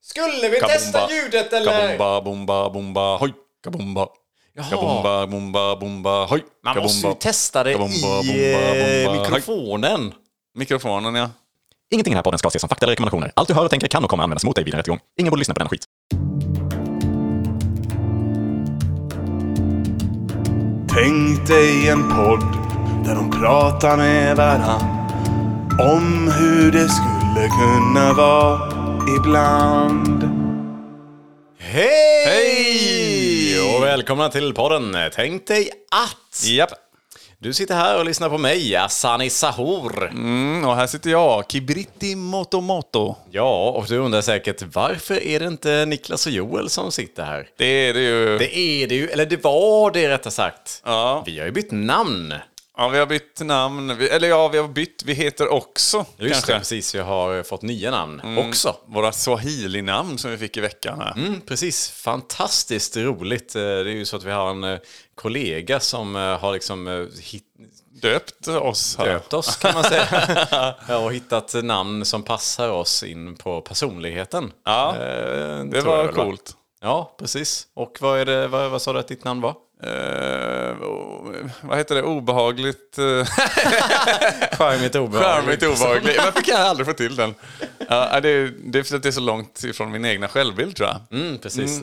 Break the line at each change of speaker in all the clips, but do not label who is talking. Skulle vi testa ljudet eller?
Kabumba, bomba, bomba, hoj! Kabumba.
Jaha.
Kabumba, bomba, bomba, hoj!
Man måste ju
kabumba.
testa det
Kabumba, bomba,
i eh,
bomba.
mikrofonen.
Mikrofonen ja.
Ingenting i den här podden ska ses som fakta eller rekommendationer. Allt du hör och tänker kan och kommer användas mot dig vid en rättegång. Ingen borde lyssna på denna skit.
Tänk dig en podd där de pratar med varann om hur det skulle kunna vara ibland.
Hej!
Hej!
Och välkomna till podden Tänk dig att.
Japp.
Du sitter här och lyssnar på mig, Asani Sahor.
Mm, och här sitter jag, Kibriti Motomoto.
Ja, och du undrar säkert varför är det inte Niklas och Joel som sitter här?
Det är det ju.
Det är det ju, eller det var det rättare sagt.
Ja.
Vi har ju bytt namn.
ja, vi har bytt namn. Vi, eller ja, vi har bytt. Vi heter också
Just det,
kanske.
precis. Vi har fått nya namn också.
Våra swahili-namn som vi fick i veckan här.
Mm, precis, fantastiskt roligt. Eh, Det är ju så att vi har en eh, kollega som eh, har liksom eh, hit,
Döpt oss här.
döpt oss kan man säga. Ja, och hittat namn som passar oss in på personligheten.
Ja, Eh, det var
väl, va?
coolt.
Ja, precis. Och vad, är det, vad, vad sa du att ditt namn var?
Eh, o- vad heter det? Obehagligt. eh,
Charmigt
Charmigt obehagligt. Varför kan jag aldrig få till den? Ja, det, är, det är för att det är så långt ifrån min egna självbild tror jag.
Mm, precis.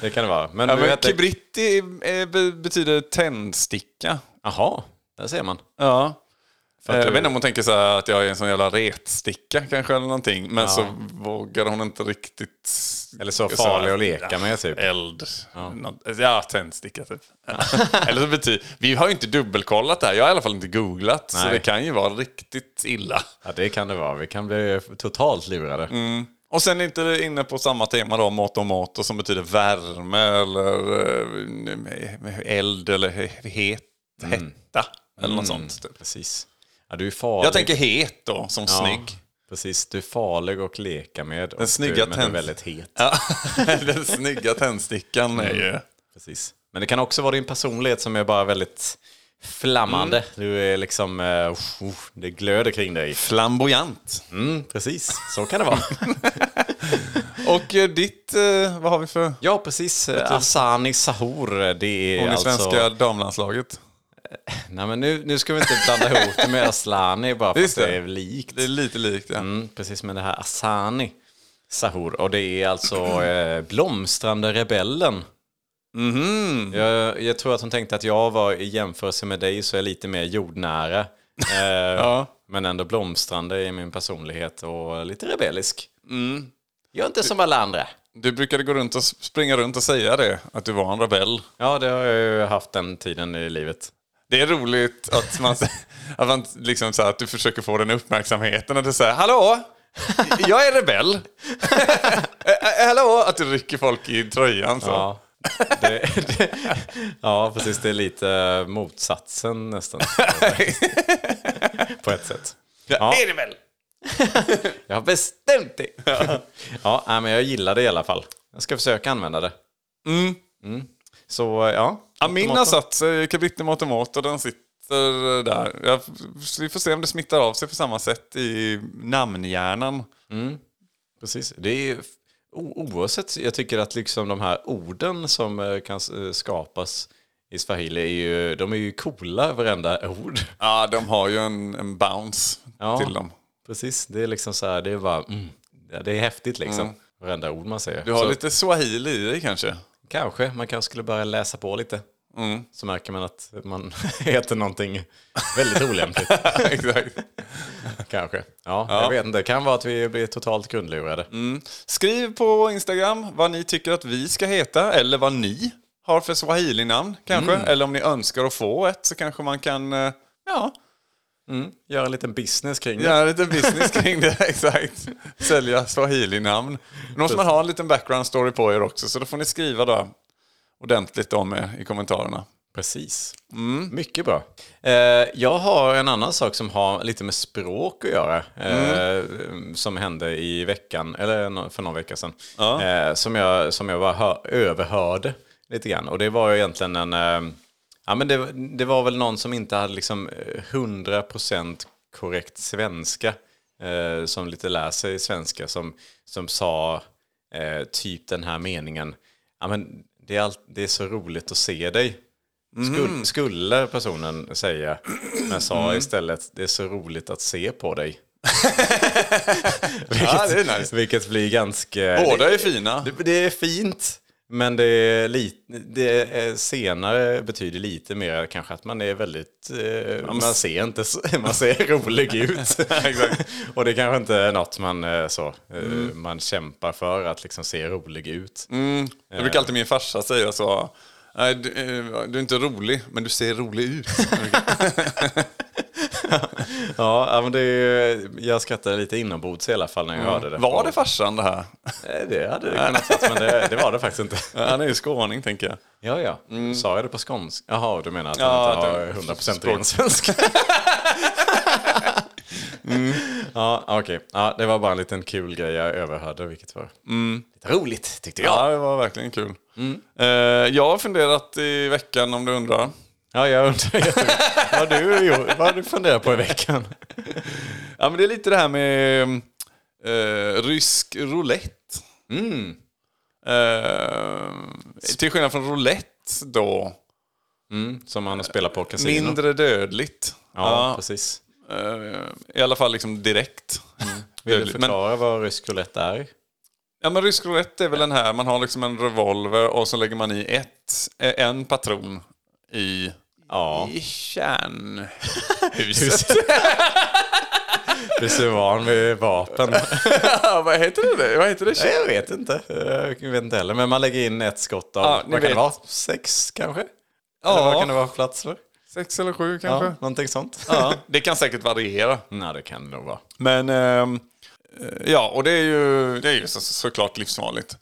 det kan det vara. Men
Ja,
du
men
heter...
Kibritti eh, be- betyder tändsticka.
Jaha, där ser man.
Ja. Eh,
att
Jag
du-
vet inte om hon tänker så här att jag är en sån jävla retsticka kanske eller någonting. Men så vågar hon inte riktigt...
Eller så
här,
farlig att leka med typ.
Eld. Något- Ja, tändsticka typ. eller så betyder... Vi har ju inte dubbelkollat det här. Jag har i alla fall inte googlat. Så
Nej.
det kan ju vara riktigt illa.
Ja, det kan det vara. Vi kan bli totalt lurade.
Mm. Och sen inte inne på samma tema då, moto moto som betyder värme eller eh, eld eller he- het,
Mm.
hetta eller något sånt. Typ.
Precis. Ja, du är farlig.
Jag tänker het då, som
Mm. Ja,
snygg.
Precis, du är farlig att leka med. Den
snygga
du, men du är
tänd-
väldigt het.
Ja. Den snygga tändstickan
Mm.
är ju...
Precis. Men det kan också vara din personlighet som är bara väldigt flammande.
Mm.
Du är liksom, eh, usch, usch, det glöder kring dig.
Flamboyant.
Mm, precis, så kan det vara.
Och eh, ditt, eh, vad har vi för...
ja, precis. Asani Sahor, det är
Hon i
alltså...
svenska damlandslaget.
Nej, men nu, nu ska vi inte blanda ihop det med Aslani bara för
Just
att det
det.
är likt.
Det är lite likt det.
Mm, precis med det här Asani Sahur. Och det är alltså eh, Blomstrande Rebellen. Mm-hmm.
Mhm.
Jag, jag tror att hon tänkte att jag var i jämförelse med dig så är jag lite mer jordnära. Eh,
Ja.
Men ändå blomstrande i min personlighet och lite rebellisk. Mm. Jag är inte som alla andra.
Du brukade gå runt och s- springa runt och säga det, att du var en rebell.
Ja, det har jag ju haft den tiden i livet.
Det är roligt att man, att man liksom så här, att du försöker få den uppmärksamheten. Att du säger hallå, jag är rebell. Eh, eh, hallå, att du rycker folk i tröjan. Så.
Ja, det, det, ja precis. Det är lite motsatsen nästan. På ett sätt. Ja.
Jag är rebell.
Jag har bestämt det. Ja, nej, men jag gillar det i alla fall. Jag ska försöka använda det. Mm. Så ja. alltså.
Amin har satt sig, Kabritte Motomot, eh, och den sitter eh, där. Jag, vi får se om det smittar av sig på samma sätt i namnhjärnan.
Precis. Det är ju- o- oavsett, jag tycker att liksom de här orden som eh, kan s- eh, skapas i swahili är ju, de är ju coola varenda ord.
Ja, de har ju en, en bounce
Ja.
till dem.
Precis, det är liksom så här, det är bara, mm, ja, det är häftigt liksom. Varenda ord man säger.
Mm. Du har
så,
lite swahili i dig kanske?
Kanske, man kanske skulle börja läsa på lite.
Mm.
Så märker man att man heter någonting väldigt olämpligt.
Exakt.
Kanske. Ja, jag vet inte. Det kan vara att vi blir totalt grundlurade.
Mm. Skriv på Instagram vad ni tycker att vi ska heta eller vad ni har för swahili-namn kanske. Eller om ni önskar att få ett så kanske man kan eh, ja,
Göra en liten business kring det.
göra lite business kring det. Exakt. Sälja swahili-namn. Nu måste man ha en liten background story på er också så då får ni skriva då ordentligt om er i kommentarerna.
Precis. Mycket bra. Eh, jag har en annan sak som har lite med språk att göra. Eh, Som hände i veckan, eller nå- för någon vecka sedan.
Ja.
Eh, som jag, som jag bara hör, överhörde lite grann. Och det var ju egentligen en... Eh, ja, men det, det var väl någon som inte hade liksom eh, 100% korrekt svenska. eh, som lite lär sig svenska som, som sa eh, typ den här meningen. Ja, men det, är allt, det är så roligt att se dig.
Mm.
Skulle, skulle personen säga, men sa istället det är så roligt att se på dig. vilket,
Ja, det är nice.
vilket blir ganska...
Båda är fina.
Det, det är fint, men det, är li, det är, senare betyder lite mer kanske att man är väldigt... Eh, man ser inte så, man ser rolig ut.
Exakt. Mm.
Och det kanske inte är något man, eh, så, eh, man kämpar för, att liksom se rolig ut.
Jag brukar alltid min farsa säga så. Nej, du, eh, du är inte rolig, men du ser rolig ut.
Ja, ja, men det är, ju- jag skrattade lite inombords i alla fall när jag hörde det.
Mm. Var det farsan det här?
Nej, Eh, Det hade det kunnat vara, men det, det var det faktiskt inte.
Han är ju skåning, tänker jag.
Ja, ja. Sa jag det på skånska? Jaha, du menar att
Ja,
han inte har
att det-
100% ren svenska? Mm. Ja, okej. Ja, det var bara en liten kul grej jag överhörde, vilket var lite roligt tyckte jag.
Ja, det var verkligen kul.
Mm.
Eh, jag har funderat i veckan om du undrar.
Ja, jag undrar jättemycket. vad du gjort- vad har du funderat på i veckan.
Ja, men det är lite det här med eh, rysk roulette.
Mm.
Eh, till skillnad från roulette då,
Mm, som han spelar på kasino.
mindre dödligt.
Ja, precis.
Eh, I alla fall liksom direkt.
Mm. Vill du
Dödligt. Men-
förklara vad rysk roulette är?
Ja men rysk roulette är väl den här, man har liksom en revolver och så lägger man i ett, eh, en patron i,
Ja,
i kärnhuset.
du är så van vid vapen.
ja, vad heter det? det? Vad heter det?
Nej, Jag vet inte. Jag vet inte heller. Men man lägger in ett skott av,
Ja, ni
vad kan
vet.
det vara? Sex kanske? Eller vad
Ja,
kan det vara för plats för?
sex eller sju
Ja,
kanske. Ja.
någonting sånt.
Det kan säkert variera.
Nej, det kan det nog vara.
Men ehm, eh, ja, och det är ju, det är ju så, såklart livsfarligt.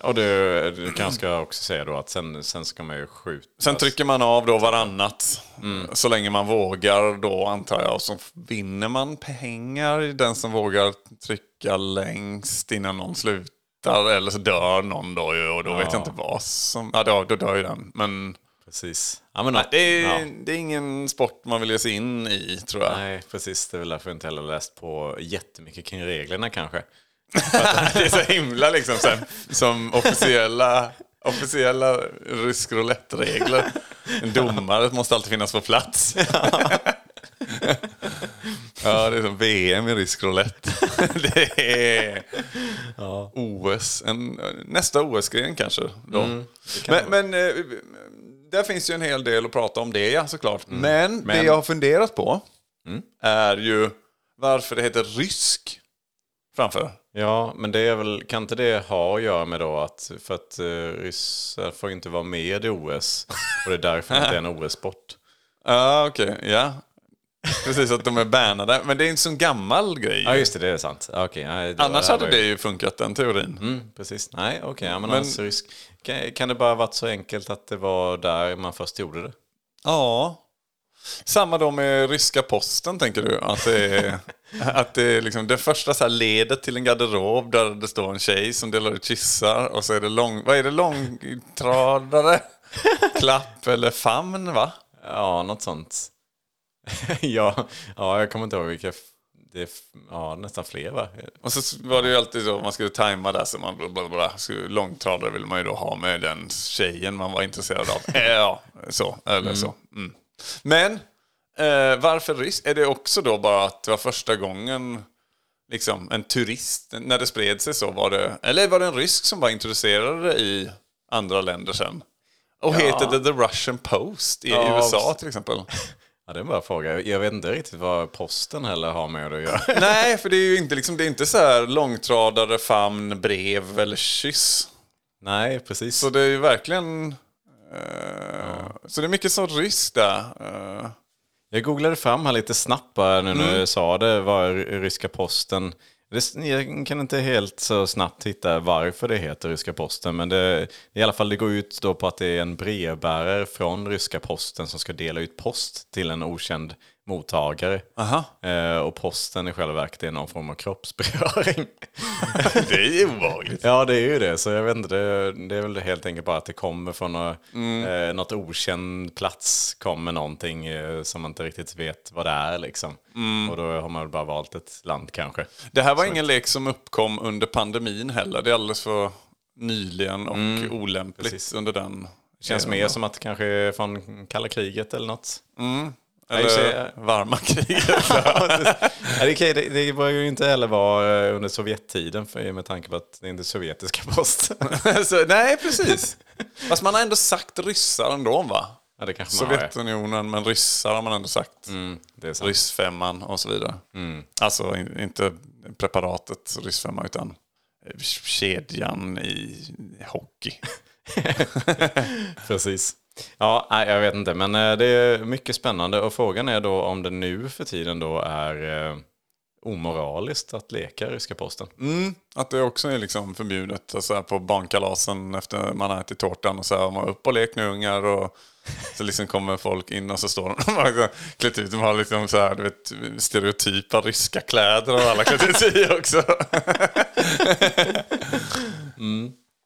Och du, du kanske ska också säga då att sen, sen ska man ju skjuta.
Sen trycker man av då varannat eh, så länge man vågar då antar jag. Och så vinner man pengar i den som vågar trycka längst innan någon slutar. Eller så dör någon då ju och då vet jag inte vad som... Ja, då, då dör ju den. Men
Precis. Ja, men, något-
det är,
ja.
det är ingen sport man vill ge sig in i tror jag.
Nej, precis. Det är väl därför jag inte heller läst på jättemycket kring reglerna kanske.
det är så himla liksom så här, som officiella... Officiella rysk roulette-regler. En domare måste alltid finnas på plats. Ja, det är som VM i rysk roulette. det är OS. En, nästa OS-gren kanske. Då. men men eh, där finns ju en hel del att prata om det, ja, såklart. Men, det jag har funderat på är ju varför det heter rysk framför.
Ja, men det är väl, kan inte det ha att göra med då att för att uh, ryssar får inte vara med i OS och det är därför det inte är en OS-sport?
Ja, okej. Ja. Precis, att de är bannade. Men det är en sån gammal grej.
Ja, just det, det är sant. Ja, Okej, nej, då-
Annars
här var
hade det ju funkat, den teorin.
Mm, precis. Nej, okej. ja, men alltså, risk... kan, kan det bara ha varit så enkelt att det var där man först gjorde det?
Ja. Samma då med ryska posten tänker du? Att det är, att det är liksom det första så här ledet till en garderob där det står en tjej som delar ut kyssar och så är det lång, vad är det, långtradare, klapp eller famn va?
Ja, något sånt. ja, ja, jag kommer inte ihåg vilka... f- Det är f- ja, nästan fler, va?
Och så var det ju alltid så, man skulle tajma där så man bla bla bla. Så långtradare vill man ju då ha med den tjejen man var intresserad av. Eh, ja, så. Eller så. Mm. Men eh, varför rysk? Är det också då bara att det var första gången liksom en turist, när det spred sig så var det, eller var det en rysk som var introducerade i andra länder sen? Och heter det The Russian Post i
Ja,
USA till exempel?
Ja, det är en bra fråga. Jag vet inte riktigt vad posten heller har med det att göra.
Nej, för det är ju inte, liksom, det är inte så här långtradare, famn, brev eller kyss.
Nej, precis.
Så det är ju verkligen... eh, Så det är mycket sån rysk där. eh.
Jag googlade fram här lite snabbt bara nu när du sa det, var ryska posten. Det- Jag kan inte helt så snabbt hitta varför det heter ryska posten, men det, i alla fall det går ut då på att det är en brevbärare från ryska posten som ska dela ut post till en okänd mottagare.
Aha.
Eh, och posten i själva verket är någon form av kroppsberöring.
Det är ju obehagligt.
ja, det är ju det. Så jag vet inte, det, det är väl helt enkelt bara att det kommer från några, eh, något okänd plats. Kommer någonting eh, som man inte riktigt vet vad det är liksom. Och då har man väl bara valt ett land kanske.
Det här var ingen lek som uppkom under pandemin heller. Det är alldeles för nyligen och olämpligt
Mm, Precis.
under den.
Känns mer som att det kanske är från kalla kriget eller något.
Eller
just det.
varma kriget.
Nej, det, kan, det, det var ju inte heller vara under Sovjettiden för, med tanke på att det inte är sovjetiska posten.
Så, nej, precis. Fast man har ändå sagt ryssar ändå va?
ja, Mm. det kanske man har. ja.
Sovjetunionen, men ryssar har man ändå sagt.
Det är sant.
Ryssfemman och så vidare.
Mm.
Alltså in, inte preparatet ryssfemma utan eh, kedjan i hockey.
Precis. Ja, nej, jag vet inte, men eh, det är mycket spännande och frågan är då om det nu för tiden då är eh, omoraliskt att leka ryska posten. Mm.
Att det också är liksom förbjudet alltså här på barnkalasen efter man har ätit tårtan. Och så här, man upp och lek nu ungar. Och så liksom kommer folk in och så står de och har klätt ut. De har liksom så här, du vet, stereotypa ryska kläder och alla klätt ut sig i också.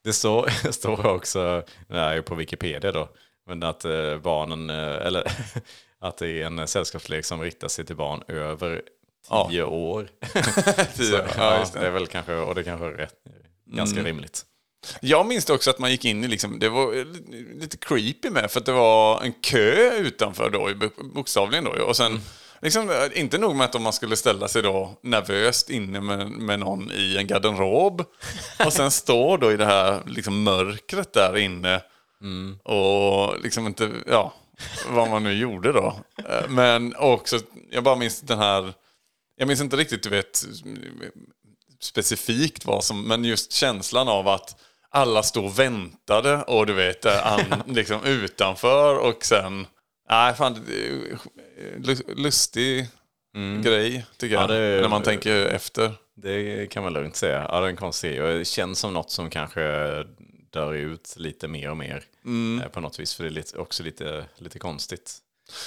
Det står, det står också, det här är ju på Wikipedia då, men att eh, barnen, eh, eller att det är en sällskapslek som riktar sig till barn över tio år. Så,
Tio,
Typ, ja, det. är väl kanske, och det kanske är rätt, ganska rimligt.
Jag minns det också att man gick in i, liksom, det var lite creepy med, för att det var en kö utanför då, i- bokstavligen då. ju. Och sen, liksom, inte nog med att om man skulle ställa sig då nervöst inne med, med någon i en garderob, och sen stå då i det här liksom, mörkret där inne, och liksom inte, ja, vad man nu gjorde då. Eh, Men också, jag bara minns den här, jag minns inte riktigt, du vet, specifikt vad som, men just känslan av att alla stod och väntade och du vet, eh, an, liksom utanför och sen, nej fan, det är lu- lustig grej tycker jag,
Mm. Ja, det är-
när man tänker efter.
Det kan man lugnt säga. Ja, det är en konstig grej. Och det känns som något som kanske dör ut lite mer och mer eh, på något vis. För det är lite, också lite, lite konstigt.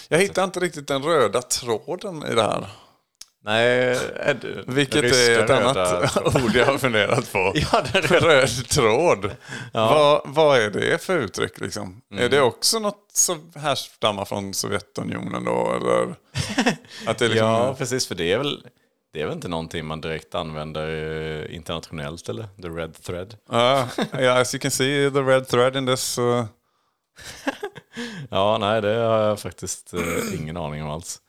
Jag hittar inte riktigt den röda tråden i det här.
Nej,
Vilket är ett annat ord jag har funderat på.
Ja, den
Röd tråd. Vad, vad är det för uttryck liksom? Är det också något som härstammar från Sovjetunionen då? Eller att det är liksom,
Ja, precis. För det är väl, det är väl inte någonting man direkt använder eh, internationellt, eller? The red thread.
Ja, ja, as you can see the red thread in this. Uh,
Ja, nej, det har jag faktiskt eh, ingen aning om alls.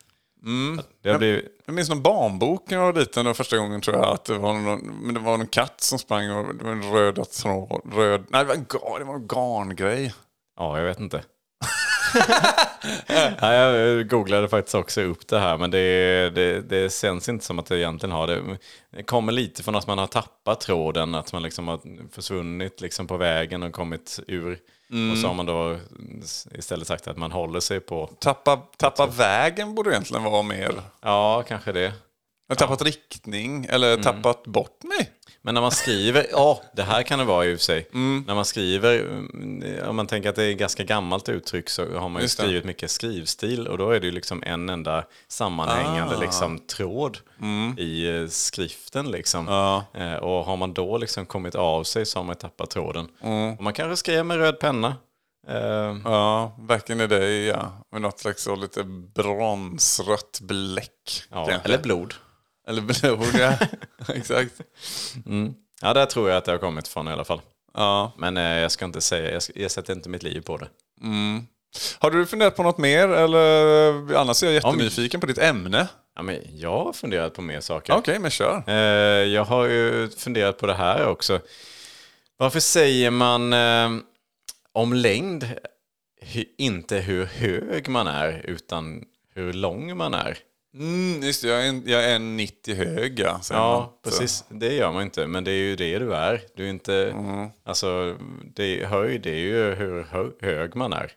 Det har blivit...
jag minns någon barnbok när jag var liten då, första gången tror jag att det var någon, men det var någon katt som sprang och det var en röda tråd. Röd, nej, det var en, ga- det var en garngrej.
Ja, jag vet inte. Nej, jag googlade faktiskt också upp det här, men det, det, det känns inte som att det egentligen har det. Det kommer lite från att man har tappat tråden, att man liksom har försvunnit liksom på vägen och kommit ur. Och så har man då istället sagt att man håller sig på,
Tappa, tappa vägen borde egentligen vara mer.
ja kanske det.
Jag har tappat riktning eller tappat bort mig.
Men när man skriver, ja det här kan det vara i och för sig. När man skriver, mm, om man tänker att det är ett ganska gammalt uttryck så har man ju
Just det.
skrivit mycket skrivstil och då är det ju liksom en enda sammanhängande liksom, tråd i eh, skriften liksom. Eh, Och har man då liksom kommit av sig så har man tappat tråden. Och man kanske skrev med röd penna. Eh,
Ja, back in the day ja. Med något slags så lite bronsrött bläck.
ja,
kanske.
eller blod.
eller blod ja. Exakt.
Ja, där tror jag att det har kommit från i alla fall.
Ja.
Men eh, jag ska inte säga, jag, ska, jag sätter inte mitt liv på det.
Har du funderat på något mer? Eller, annars är jag jättenyfiken på ditt ämne.
Ja, men jag har funderat på mer saker.
Okej, men kör.
Eh, jag har ju funderat på det här också. Varför säger man eh, om längd hu- inte hur hög man är utan hur lång man är?
Mm, just det, jag är, en, jag är en 90 hög. Ja, säger man.
Ja,
Så.
precis. Det gör man inte, men det är ju det du är. Du är inte, alltså, det, höjd är ju hur hö- hög man är.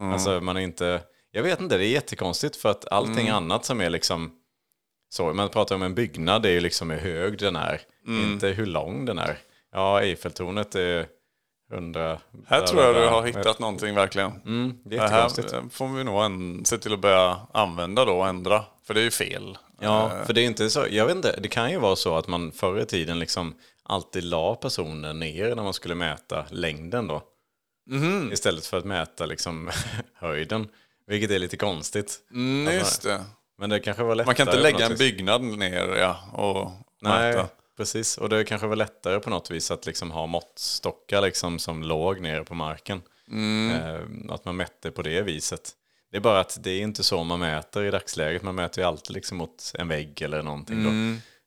Alltså, man är inte, jag vet inte, det är jättekonstigt för att allting annat som är liksom, så, man pratar om en byggnad, Mm. det är ju liksom hur hög den är, inte hur lång den är. Ja, Eiffeltornet är 100...
Här tror jag du har hittat någonting verkligen.
Mm, det är
det här
jättekonstigt.
eh, får vi nog en, se till att börja använda då och ändra. För det är ju fel. Eh.
Ja, för det är inte så, jag vet inte, det kan ju vara så att man förr i tiden liksom alltid la personen ner när man skulle mäta längden då.
Mhm.
Istället för att mäta liksom höjden, vilket är lite konstigt.
Mm, just det.
Men det kanske var lättare.
Man kan inte
på
lägga
något
en
vis.
byggnad ner ja, och
Nej,
mäta.
precis. Och det kanske var lättare på något vis att liksom ha måttstockar liksom som låg nere på marken. Eh, att man mätte på det viset. Det är bara att det är inte så man mäter i dagsläget. Man mäter ju alltid liksom mot en vägg eller någonting.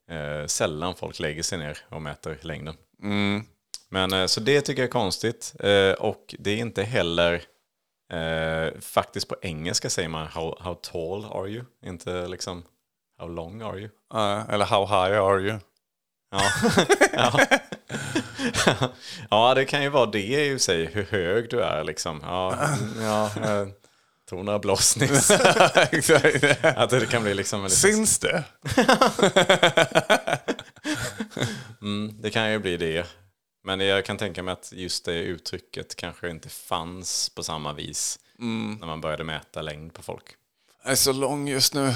Då. Eh, sällan folk lägger sig ner och mäter längden.
Mm.
Men eh, så det tycker jag är konstigt. Eh, och det är inte heller... Eh, faktiskt på engelska säger man how, how tall are you? Inte liksom how long are you?
Nej, Eller how high are you?
Ja. ja. ja, det kan ju vara det i och för sig, hur hög du är liksom. Ja, ja eh, tog några bloss nyss.
Exakt.
Att det kan bli liksom, en liten-
Syns det?
Mm, det kan ju bli det. Men jag kan tänka mig att just det uttrycket kanske inte fanns på samma vis när man började mäta längd på folk.
Mm. Jag är så lång just nu.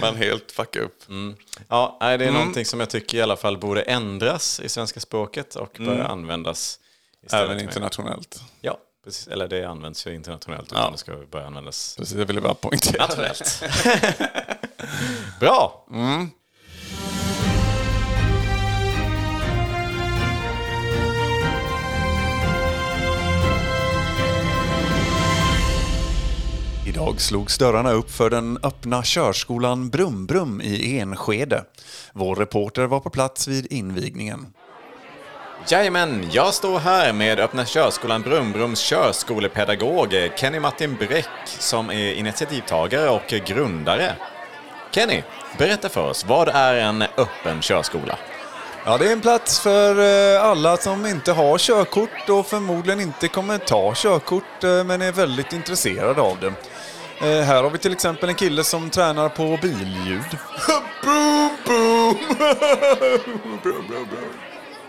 Man helt fuckar upp.
Mm.
Mm.
Ja, nej, det är någonting som jag tycker i alla fall borde ändras i svenska språket och börja användas. istället
Mm. Även
med-
internationellt.
Ja, precis. Eller det används ju internationellt utan
Ja.
det ska börja användas
Precis, jag ville bara poängtera det.
Nationellt. Bra!
Idag slogs dörrarna upp för den öppna körskolan Brum Brum i Enskede. Vår reporter var på plats vid invigningen.
Jajamän, jag står här med Öppna Körskolan Brumbrums körskolepedagog eh, Kenny Martin Bräck som är initiativtagare och eh, grundare. Kenny, berätta för oss, vad är en öppen körskola?
Ja, det är en plats för eh, alla som inte har körkort och förmodligen inte kommer ta körkort eh, men är väldigt intresserade av det. Eh, Här har vi till exempel en kille som tränar på billjud. boom, boom. brum, brum, brum.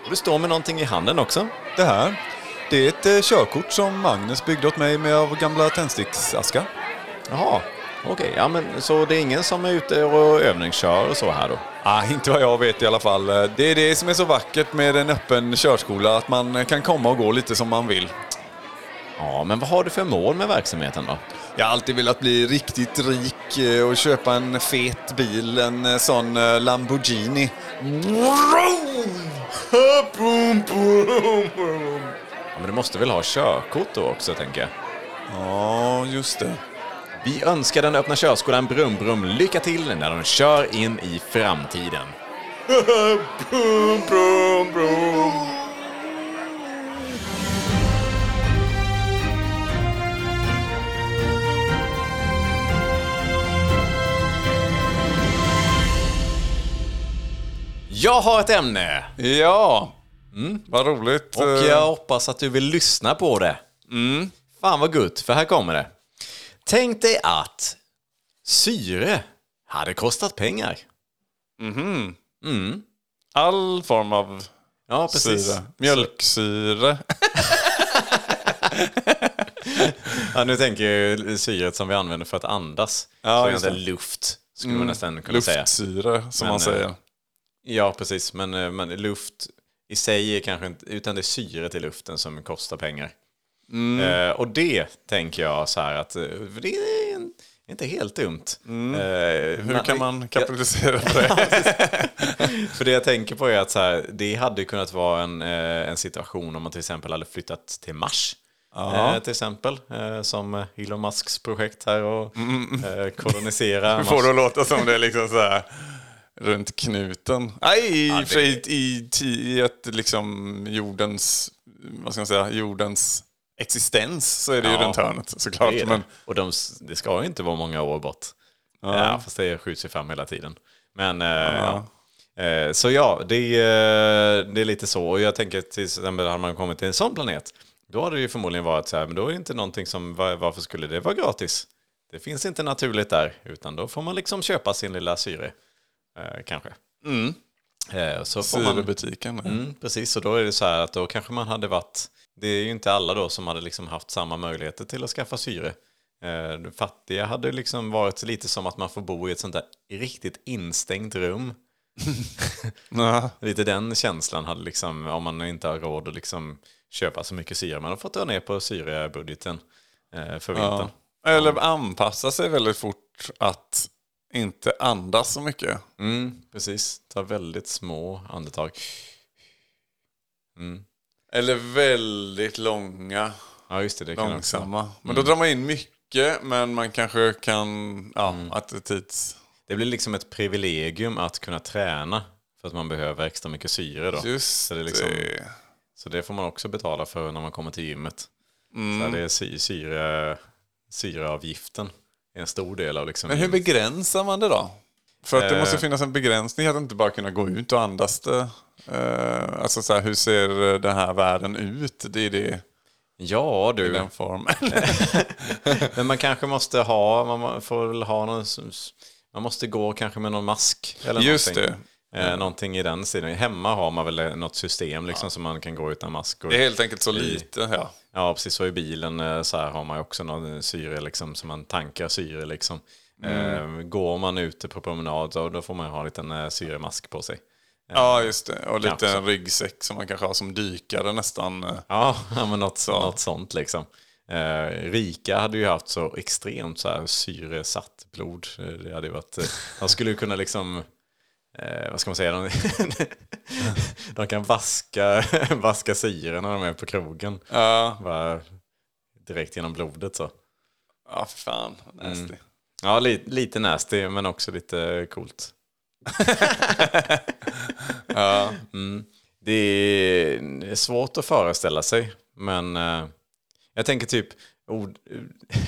Du står med någonting i handen också.
Det här, det är ett eh, körkort som Magnus byggde åt mig med av gamla tändsticksaskar.
Jaha, okej. Ja, men, så det är ingen som är ute och övningskör och så här då?
Ah, inte vad jag vet i alla fall. Eh, Det är det som är så vackert med en öppen körskola, att man kan komma och gå lite som man vill.
Ja, men vad har du för mål med verksamheten då?
Jag har alltid velat bli riktigt rik eh, och köpa en fet bil, en eh, sån eh, Lamborghini.
Ja, men du måste väl ha körkort då också, tänker jag.
Ja, just det.
Vi önskar den öppna körskolan Brum Brum lycka till när de kör in i framtiden. Jag har ett ämne
Ja, Mm, vad roligt.
och
Eh, Mm.
jag hoppas att du vill lyssna på det. Fan vad gott, för här kommer det. Tänk dig att syre hade kostat pengar.
All form av
Ja, precis.
syre. Mjölksyre.
Ja, nu tänker jag ju syret som vi använder för att andas.
Ja,
så
just
inte
det. Mm.
luft, skulle man nästan kunna säga.
Luftsyre, som man
Men, eh,
säger.
Ja, precis. Men, eh, men luft i sig är kanske inte, utan det är syret i luften som kostar pengar.
Mm.
Eh, och det tänker jag så här att eh, det är en- inte helt dumt.
Mm.
Eh,
Hur kan man kapitalisera på det?
För det jag tänker på är att så här, det hade ju kunnat vara en, eh, en situation om man till exempel hade flyttat till Mars. Eh, till exempel, eh, som eh, Elon Musks projekt här och eh, kolonisera
Du
Mars.
Mm. får det att låta som det är liksom så här runt knuten. Nej, i och för sig i, i, i ett liksom jordens, vad ska man säga, jordens existens så är det ju
Ja.
runt hörnet såklart.
Det är det.
Men
Och de, s- det ska ju inte vara många år bort. Ja. fast det skjuts ju fram hela tiden. Men eh, ja. Eh, så ja, det, är, eh, det är lite så. Och jag tänker till exempel, hade man kommit till en sån planet, då hade det ju förmodligen varit så här, men då är det inte någonting som, var, varför skulle det vara gratis? Det finns inte naturligt där, utan då får man liksom köpa sin lilla syre, eh, kanske. Eh, så får man,
Sidobutiken.
Mm, precis, och då är det så här att då kanske man hade varit, det är ju inte alla då som hade liksom haft samma möjligheter till att skaffa syre. Eh, de Fattiga hade liksom varit lite som att man får bo i ett sånt där riktigt instängt rum.
Ja.
Lite den känslan hade liksom, om man inte har råd att liksom köpa så mycket syre, man har fått dra ner på syrebudgeten eh, för vintern.
Ja. Eller anpassa sig väldigt fort att inte andas så mycket.
Mm, precis, ta väldigt små andetag.
Eller väldigt långa,
Ja, just det, det kan också.
långsamma. Men då
Mm.
drar man in mycket, men man kanske kan... Ja,
Mm.
att det tids...
Det blir liksom ett privilegium att kunna träna för att man behöver extra mycket syre då.
Just
Så det
det.
är liksom- Så det får man också betala för när man kommer till gymmet.
Mm.
Så här, det är sy- syre, syreavgiften. är en stor del av liksom...
Men hur begränsar man det då? För att det
Eh.
måste finnas en begränsning att inte bara kunna gå ut och andas det. Eh, alltså så här, hur ser den här världen ut? Det är det
ja
i
du,
den formen.
men man kanske måste ha, man må- får väl ha någon, som- man måste gå kanske med någon mask eller
Just Mm.
någonting. Eh, någonting i den sidan. Hemma har man väl eh, något system liksom som man kan gå utan mask. Och,
Det är helt enkelt så lite. Ja.
Ja, precis. Och i bilen eh, så här har man ju också någon syre liksom, som man tankar syre liksom.
Mm.
Eh, går man ute på promenad så då får man ju ha en liten eh, syremask på sig.
ja, just det. Och lite
Kanske.
en ryggsäck som man kanske har som dykare nästan. eh.
Ja, ja, men något, så. något sånt liksom. Eh, rika hade ju haft så extremt så här syresatt blod. Eh, Det hade ju varit, eh, de skulle ju kunna liksom, eh, vad ska man säga, de, de kan vaska, vaska syre när de är på krogen.
Ja,
Bara direkt genom blodet så.
ja för fan. Nasty.
Ja, li- lite nasty men också lite coolt.
Ja.
mm. Det är svårt att föreställa sig, men eh, jag tänker typ ord,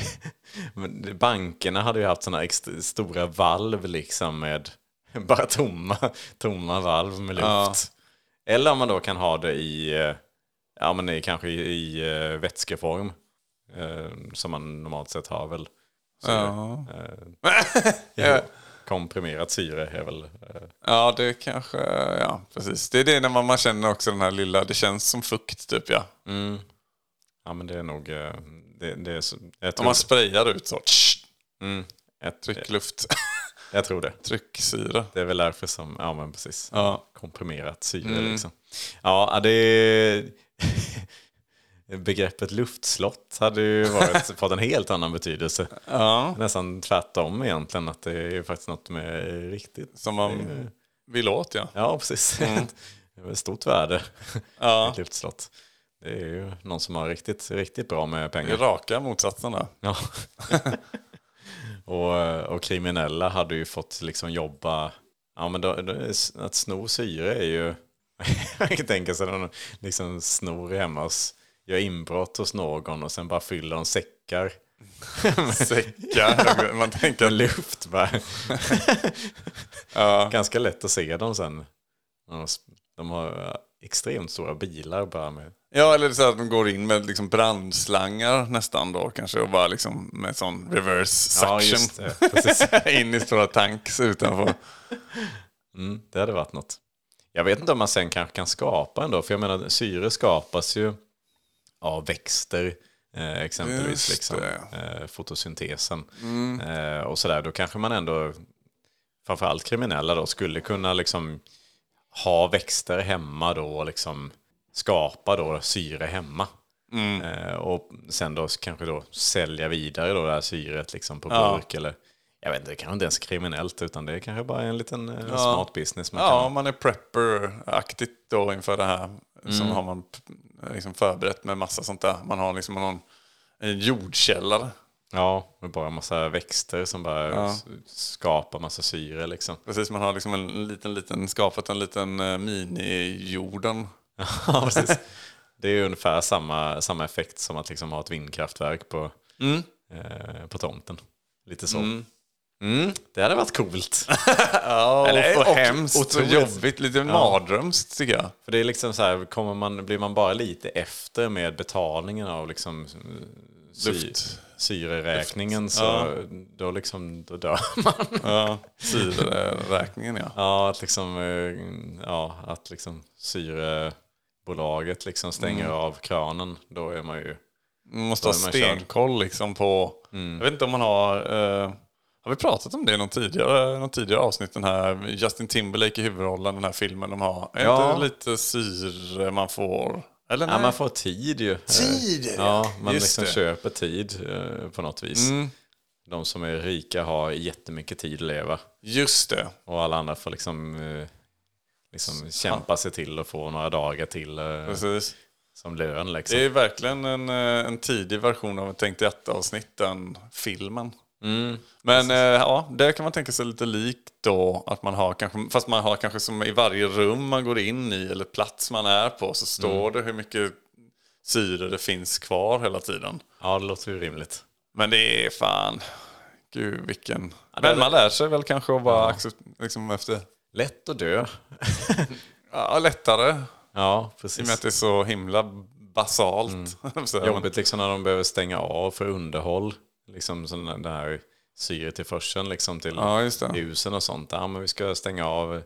men bankerna hade ju haft sådana ext- stora valv liksom med bara tomma, tomma valv med luft.
Ja.
Eller om man då kan ha det i, eh, ja men i, kanske i, i eh, vätskeform. eh, Som man normalt sett har väl. Så,
Ja.
eh, komprimerat syre är väl eh,
ja, det kanske... Ja, precis. Det är det när man, man känner också den här lilla... Det känns som fukt typ ja.
Ja men det är nog, eh, det, det är så, jag,
Om
tror,
man sprayar ut så. tsch,
jag, jag,
Tryckluft.
tror det.
Trycksyra.
Det är väl därför som, ja men precis,
Ja. Mm.
komprimerat syre liksom. Ja, ja, det är, begreppet luftslott hade ju varit, fått en helt annan betydelse.
ja.
Nästan tvärtom egentligen, att det är ju faktiskt något med riktigt.
Som man vill åt ja.
Ja, precis. Det är ett stort värde,
Mm. Ja.
ett luftslott. Det är ju någon som har riktigt, riktigt bra med
Det är
pengar.
raka motsatsen där.
Ja. och, och kriminella hade ju fått liksom jobba, ja men då, då, att sno syre är ju, man kan tänka sig att de liksom snor hemma hos, gör inbrott hos någon och sen bara fyller de säckar
Säckar. Man tänker
med
att
luft. Bara.
Ja.
Ganska lätt att se dem sen. De har, de har extremt stora bilar bara med,
Ja, eller så att de går in med liksom brandslangar nästan då kanske och bara liksom med sån reverse
ja
suction.
just det, precis.
in i stora tanks utanför.
Mm, det hade varit något. Jag vet inte om man sen kanske kan skapa ändå, för jag menar syre skapas ju av växter eh, exempelvis,
Just
liksom,
det. Mm.
eh, fotosyntesen eh, och sådär. Då kanske man ändå, framförallt kriminella då, skulle kunna liksom ha växter hemma då och liksom skapa då syre hemma.
Mm.
Eh, och sen då kanske då sälja vidare då det här syret liksom på burk eller jag vet inte, det kanske inte ens är kriminellt utan det är kanske bara en liten eh, smart business. Man
Ja,
ja.
om man är prepper-aktigt då inför det här. Så
Mm.
har man p- liksom förberett med massa sånt där. Man har liksom någon en jordkällare.
kan, ja, med bara en massa växter som bara s- skapar massa syre liksom.
Precis, man har liksom en liten, liten, skapat en liten eh, mini-jorden.
Ja, precis. Det är ju ungefär samma, samma effekt som att liksom ha ett vindkraftverk på, eh, på tomten. Lite så. Mm. det hade varit coolt.
Ja,
Eller-
och,
och-
hemskt och
otroligt.
jobbigt. Lite mardrömskt tycker jag.
För det är liksom så här, kommer man, blir man bara lite efter med betalningen av liksom eh, sy-
Luft.
syreräkningen så då, liksom, då dör man.
Ja, syreräkningen ja.
Ja, att liksom, eh, ja, att liksom syrebolaget liksom stänger av kranen. Då är man ju...
Man måste ha
Då är man Mm.
stenkoll liksom på... Jag vet inte om man har... Eh, har vi pratat om det i någon tidigare, någon tidigare avsnitt? Den här Justin Timberlake i huvudrollen, den här filmen de har. Är
Ja.
inte det lite syre man får? Eller
Ja,
nej?
man får tid ju.
Tid,
Eh, Ja, man
Just
liksom
det.
köper tid eh, på något vis.
Mm.
De som är rika har jättemycket tid att leva.
Just det.
Och alla andra får liksom, eh, liksom kämpa sig till och få några dagar till eh,
Precis.
som lön. Liksom.
Det är verkligen en, eh, en tidig version av ett Tänk dig avsnitt den filmen.
Mm.
Men eh, ja, där kan man tänka sig lite likt då. Att man har kanske, fast man har kanske som i varje rum man går in i eller plats man är på så
Mm.
står det hur mycket syre det finns kvar hela tiden.
Ja, det låter ju rimligt.
Men det är fan, gud vilken...
det-
Men man lär sig väl kanske att bara accept- liksom efter...
Lätt att dö.
Ja, lättare.
Ja,
I och med
precis.
att det är så himla basalt. så här,
Mm. Jobbigt liksom när de behöver stänga av för underhåll. Liksom sån där- den här syretillförseln liksom till
Ja, just det.
husen och sånt. Ja, men vi ska stänga av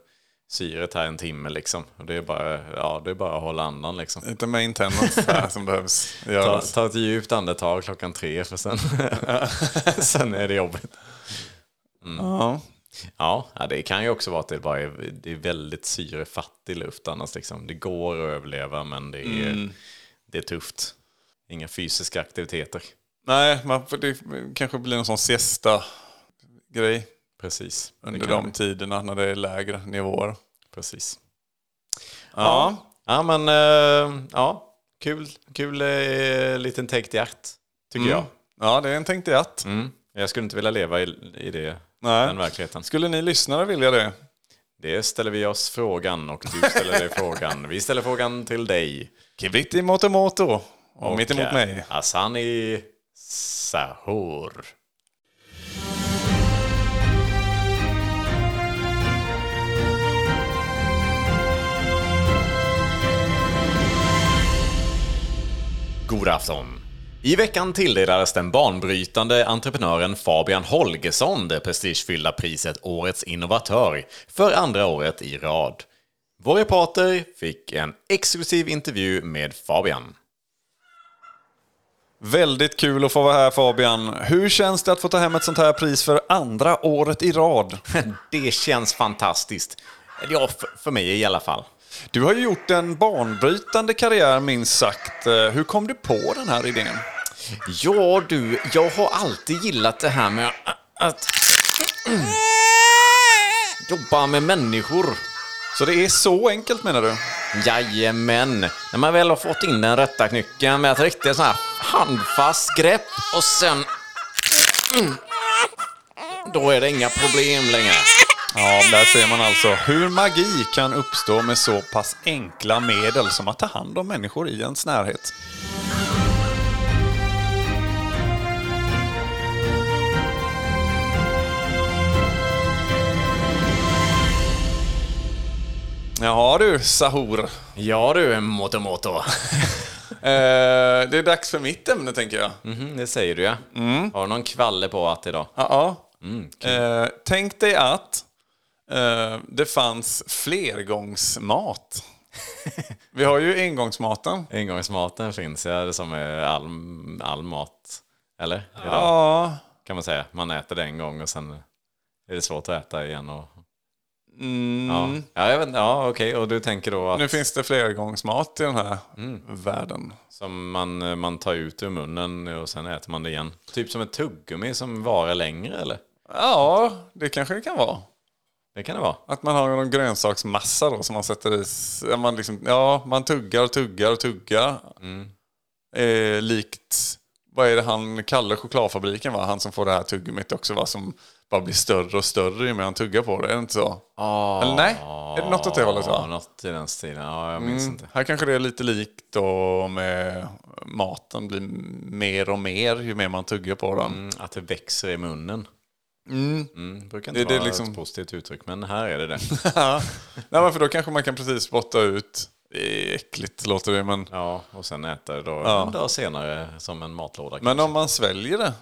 syret här en timme liksom. Och det är bara, ja, det är bara att hålla andan liksom.
Lite maintenance här som behövs
Ta,
göras.
ta ett djupt andetag klockan tre för sen, sen är det jobbigt.
Ja.
Ja, ja, det kan ju också vara att det bara är, det är väldigt syrefattig luft annars. Liksom. Det går att överleva men det är,
Mm.
det är tufft. Inga fysiska aktiviteter.
Nej, man, får- det kanske blir någon sån siesta-grej
Precis. Det
under
kan
de
det.
tiderna när det är lägre nivåer.
Precis.
Ja,
Ja, men eh, ja, kul, kul eh, liten täckt hjärt, tycker
ja.
jag.
Mm. ja det är en tänkt i att.
Mm. Jag skulle inte vilja leva i, i det, den
Nej.
verkligheten.
Skulle ni lyssnare vilja det?
Det ställer vi oss frågan och du ställer dig frågan. Vi ställer frågan till dig.
Kivitti motomoto. Och mitt emot
eh,
mig.
Asani Sahur. God afton. I veckan tilldelades den banbrytande entreprenören Fabian Holgesson det prestigefyllda priset Årets innovatör för andra året i rad. Vår reporter fick en exklusiv intervju med Fabian.
Väldigt kul att få vara här Fabian. Hur känns det att få ta hem ett sånt här pris för andra året i rad?
Det känns fantastiskt. Eller Ja, för, för mig i alla fall.
Du har ju gjort en banbrytande karriär minst sagt. Eh, Hur kom du på den här idén?
Ja du, jag har alltid gillat det här med att jobba med människor.
Så det är så enkelt menar du?
Jajamän. När man väl har fått in den rätta knycken med ett riktigt sån här handfast grepp och sen... Då är det inga problem längre.
Ja, där ser man alltså hur magi kan uppstå med så pass enkla medel som att ta hand om människor i ens närhet. Jaha du, Sahur.
Ja du, Moto Moto.
Eh, det är dags för mitt ämne tänker jag.
Mhm, det säger du ja. Har du någon kvalle på att idag?
Ja. eh, tänk dig att eh, det fanns flergångsmat. Vi har ju engångsmaten.
Engångsmaten finns ja, det som är all, all mat. Eller? Idag,
Ja.
Kan man säga. Man äter det en gång och sen är det svårt att äta igen. Och,
Mm.
ja. ja, jag vet, ja okej. Och du tänker då att
Nu finns det flergångsmat i den här världen.
som man, man tar ut ur munnen och sen äter man det igen. Typ som ett tuggummi som varar längre eller?
Ja, det kanske det kan vara.
Det kan det vara.
Att man har någon grönsaksmassa då som man sätter i. s- ja, Man liksom, ja, man tuggar och tuggar och tuggar.
Mm.
Eh, likt, vad är det han kallar chokladfabriken va? Han som får det här tuggummit också va? Som bara blir större och större ju mer han tuggar på det. Är det inte så?
Ah.
Eller nej? Är det något åt det hållet
Ja,
va?
något i den stilen. Ja, Ah, jag minns inte.
Här kanske det är lite likt då med maten blir mer och mer ju mer man tuggar på den.
Mm, att det växer i munnen. Mm, brukar inte
Det- det är
vara
liksom-
ett positivt uttryck, men här är det det.
Nej, men för då kanske man kan precis spotta ut Det är äckligt låter det, men,
Ja, och sen äta det då en dag senare som en matlåda.
men om man sväljer det,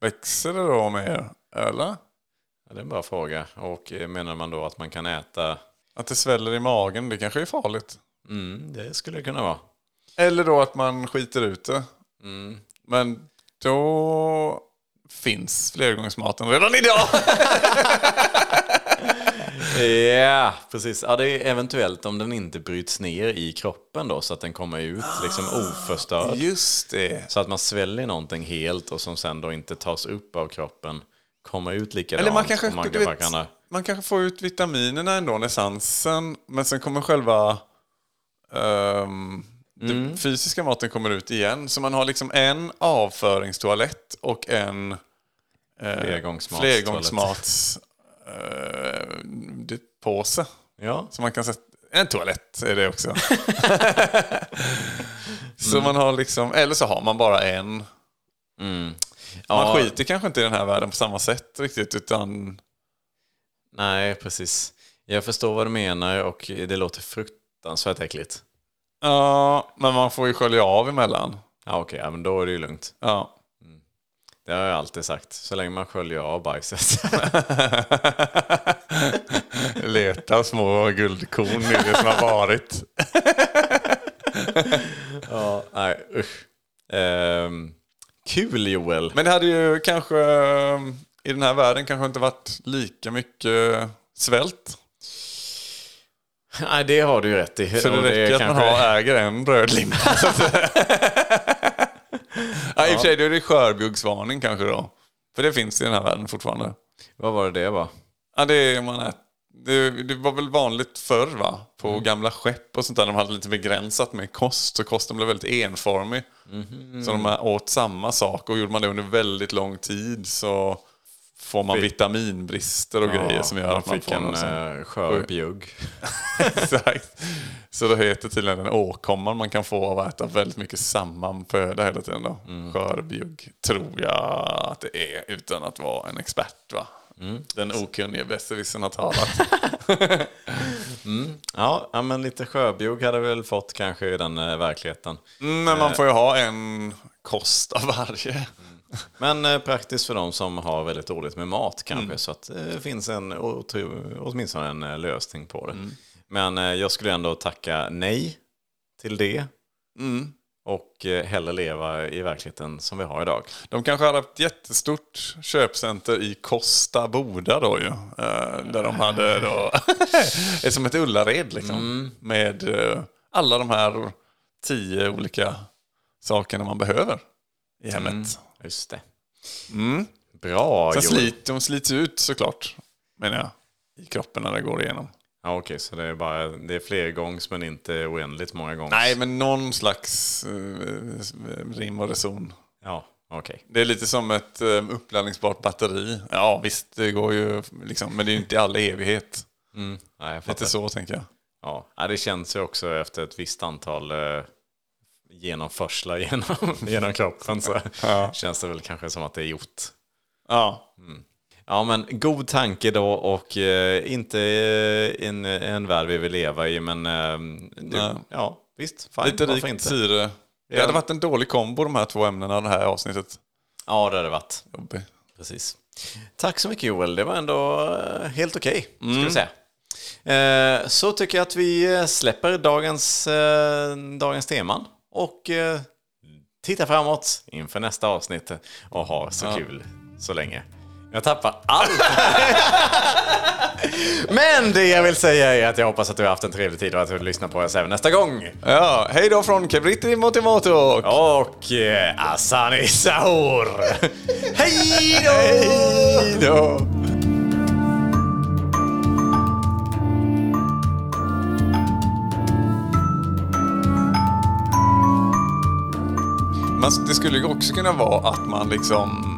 växer det då mer? Eller?
Ja, det är en bra fråga. Och eh, menar man då att man kan äta...
Att det sväller i magen, det kanske är farligt.
Mm, det skulle det kunna vara.
Eller då att man skiter ut det.
Mm.
Men då finns flergångsmaten redan idag.
Ja, precis. Ja, det är eventuellt om den inte bryts ner i kroppen då så att den kommer ut liksom oförstörd.
Just det.
Så att man sväljer någonting helt och som sen då inte tas upp av kroppen kommer ut likadant.
Eller man kanske,
och man
du
bara
vet,
kan ha-
man kanske får ut vitaminerna ändå, essensen, men sen kommer själva ehm,
Mm.
den fysiska maten kommer ut igen. Så man har liksom en avföringstoalett och en eh,
Flergångsmats-
flergångsmats eh, det- påse.
Ja,
Så man kan sätta, en toalett är det också. så man har liksom, eller så har man bara en. Man
ja
skiter kanske inte i den här världen på samma sätt riktigt utan
nej, precis. Jag förstår vad du menar och det låter fruktansvärt äckligt.
Ja, men man får ju skölja av emellan.
Ja, okej, ja, men då är det ju lugnt.
Ja.
Det har jag alltid sagt. Så länge man sköljer av bajset.
Leta små guldkorn i det som har varit.
ja, nej, usch. Ehm, kul Joel.
Men det hade ju kanske eh, i den här världen kanske inte varit lika mycket eh, svält.
Nej, det har du ju rätt i.
Så det
Och
räcker att man
kanske-
har, äger en brödlimpa. så att säga. ja, I och för sig, då är det skörbjuggsvarning kanske då. För det finns i den här världen fortfarande.
Vad var det det var?
Ja, det, är, man ät- det, det var väl vanligt förr va? På
Mm.
gamla skepp och sånt där. De hade lite begränsat med kost. Så kosten blev väldigt enformig.
Mhm.
Så de åt samma sak. Och gjorde man det under väldigt lång tid så får man vitaminbrister och grejer som gör
man
att man
fick
får en, sån.
en eh, skörbjugg.
Exakt. Så då heter tydligen den åkomman man kan få av att äta väldigt mycket samman föda hela tiden. Då. Skörbjugg tror jag att det är utan att vara en expert va? Den okunnige besserwissern har talat.
Ja, ja, men lite skörbjugg hade vi väl fått kanske i den eh, verkligheten.
Mm, Men man får ju ha en kost av varje.
Men eh, praktiskt för de som har väldigt dåligt med mat kanske.
Mm.
Så att eh, det finns en, otro- åtminstone en eh, lösning på det.
Mm.
Men eh, jag skulle ändå tacka nej till det.
Mm.
Och eh, hellre leva i verkligheten som vi har idag.
De kanske hade ett jättestort köpcenter i Costa Boda då ju. eh, Där de hade då, det är som ett Ullared liksom. Med eh, alla de här tio olika sakerna man behöver i hemmet.
Just det. Bra
Sen
Joel.
Mm. slit, de slits ut såklart, menar jag. I kroppen när det går igenom.
Ja, okej, så det är, bara, det är flergångs men inte oändligt många gånger.
Nej, men någon slags eh, rim och reson.
Ja, okej.
Det är lite som ett eh, uppladdningsbart batteri. Ja visst, det går ju liksom, men det är ju inte i all evighet.
Ja, jag fattar.
Lite så tänker jag.
Ja. ja, det känns ju också efter ett visst antal eh, genomförslar genom, genom kroppen så känns det väl kanske som att det är gjort.
Ja.
Ja, men god tanke då och eh, inte eh, en, en värld vi vill leva i, men eh,
Nej.
du, ja, visst, fine,
Lite
varför
rikt
inte?
syre. Det hade varit en dålig kombo de här två ämnena det här avsnittet.
Ja, det hade det varit.
Jobbig.
Precis. Tack så mycket Joel, det var ändå eh, helt okej, ska vi säga. Eh, Så tycker jag att vi eh, släpper dagens, eh, dagens teman och eh, tittar framåt inför nästa avsnitt och har så kul så länge. Jag tappar allt! Men det jag vill säga är att jag hoppas att du har haft en trevlig tid och att du lyssnar på oss även nästa gång.
Ja, hej då från Kebritti Motimoto!
Och eh, Asani Sahur! Hej då!
Hej då! Men det skulle ju också kunna vara att man liksom...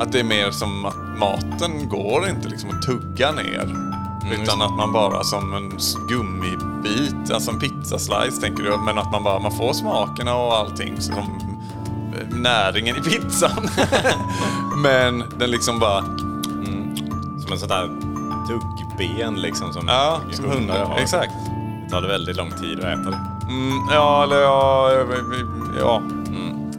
Att det är mer som att maten går inte liksom att tugga ner.
Mm,
Utan att man bara som en s- gummibit, alltså en pizzaslice tänker du. Men att man bara man får smakerna och allting. Så som eh, näringen i pizzan. men den liksom bara...
Som en sån där tuggben liksom som
Ja,
som hundar har.
Exakt.
Det tar väldigt lång tid att äta det.
Mm, ja, eller ja... Ja.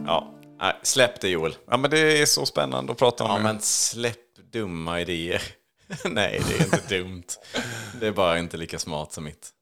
Ja. Nej, släpp det Joel.
ja, men det är så spännande att prata om.
Ja,
ju.
men släpp dumma idéer. Nej, det är inte dumt. Det är bara inte lika smart som mitt.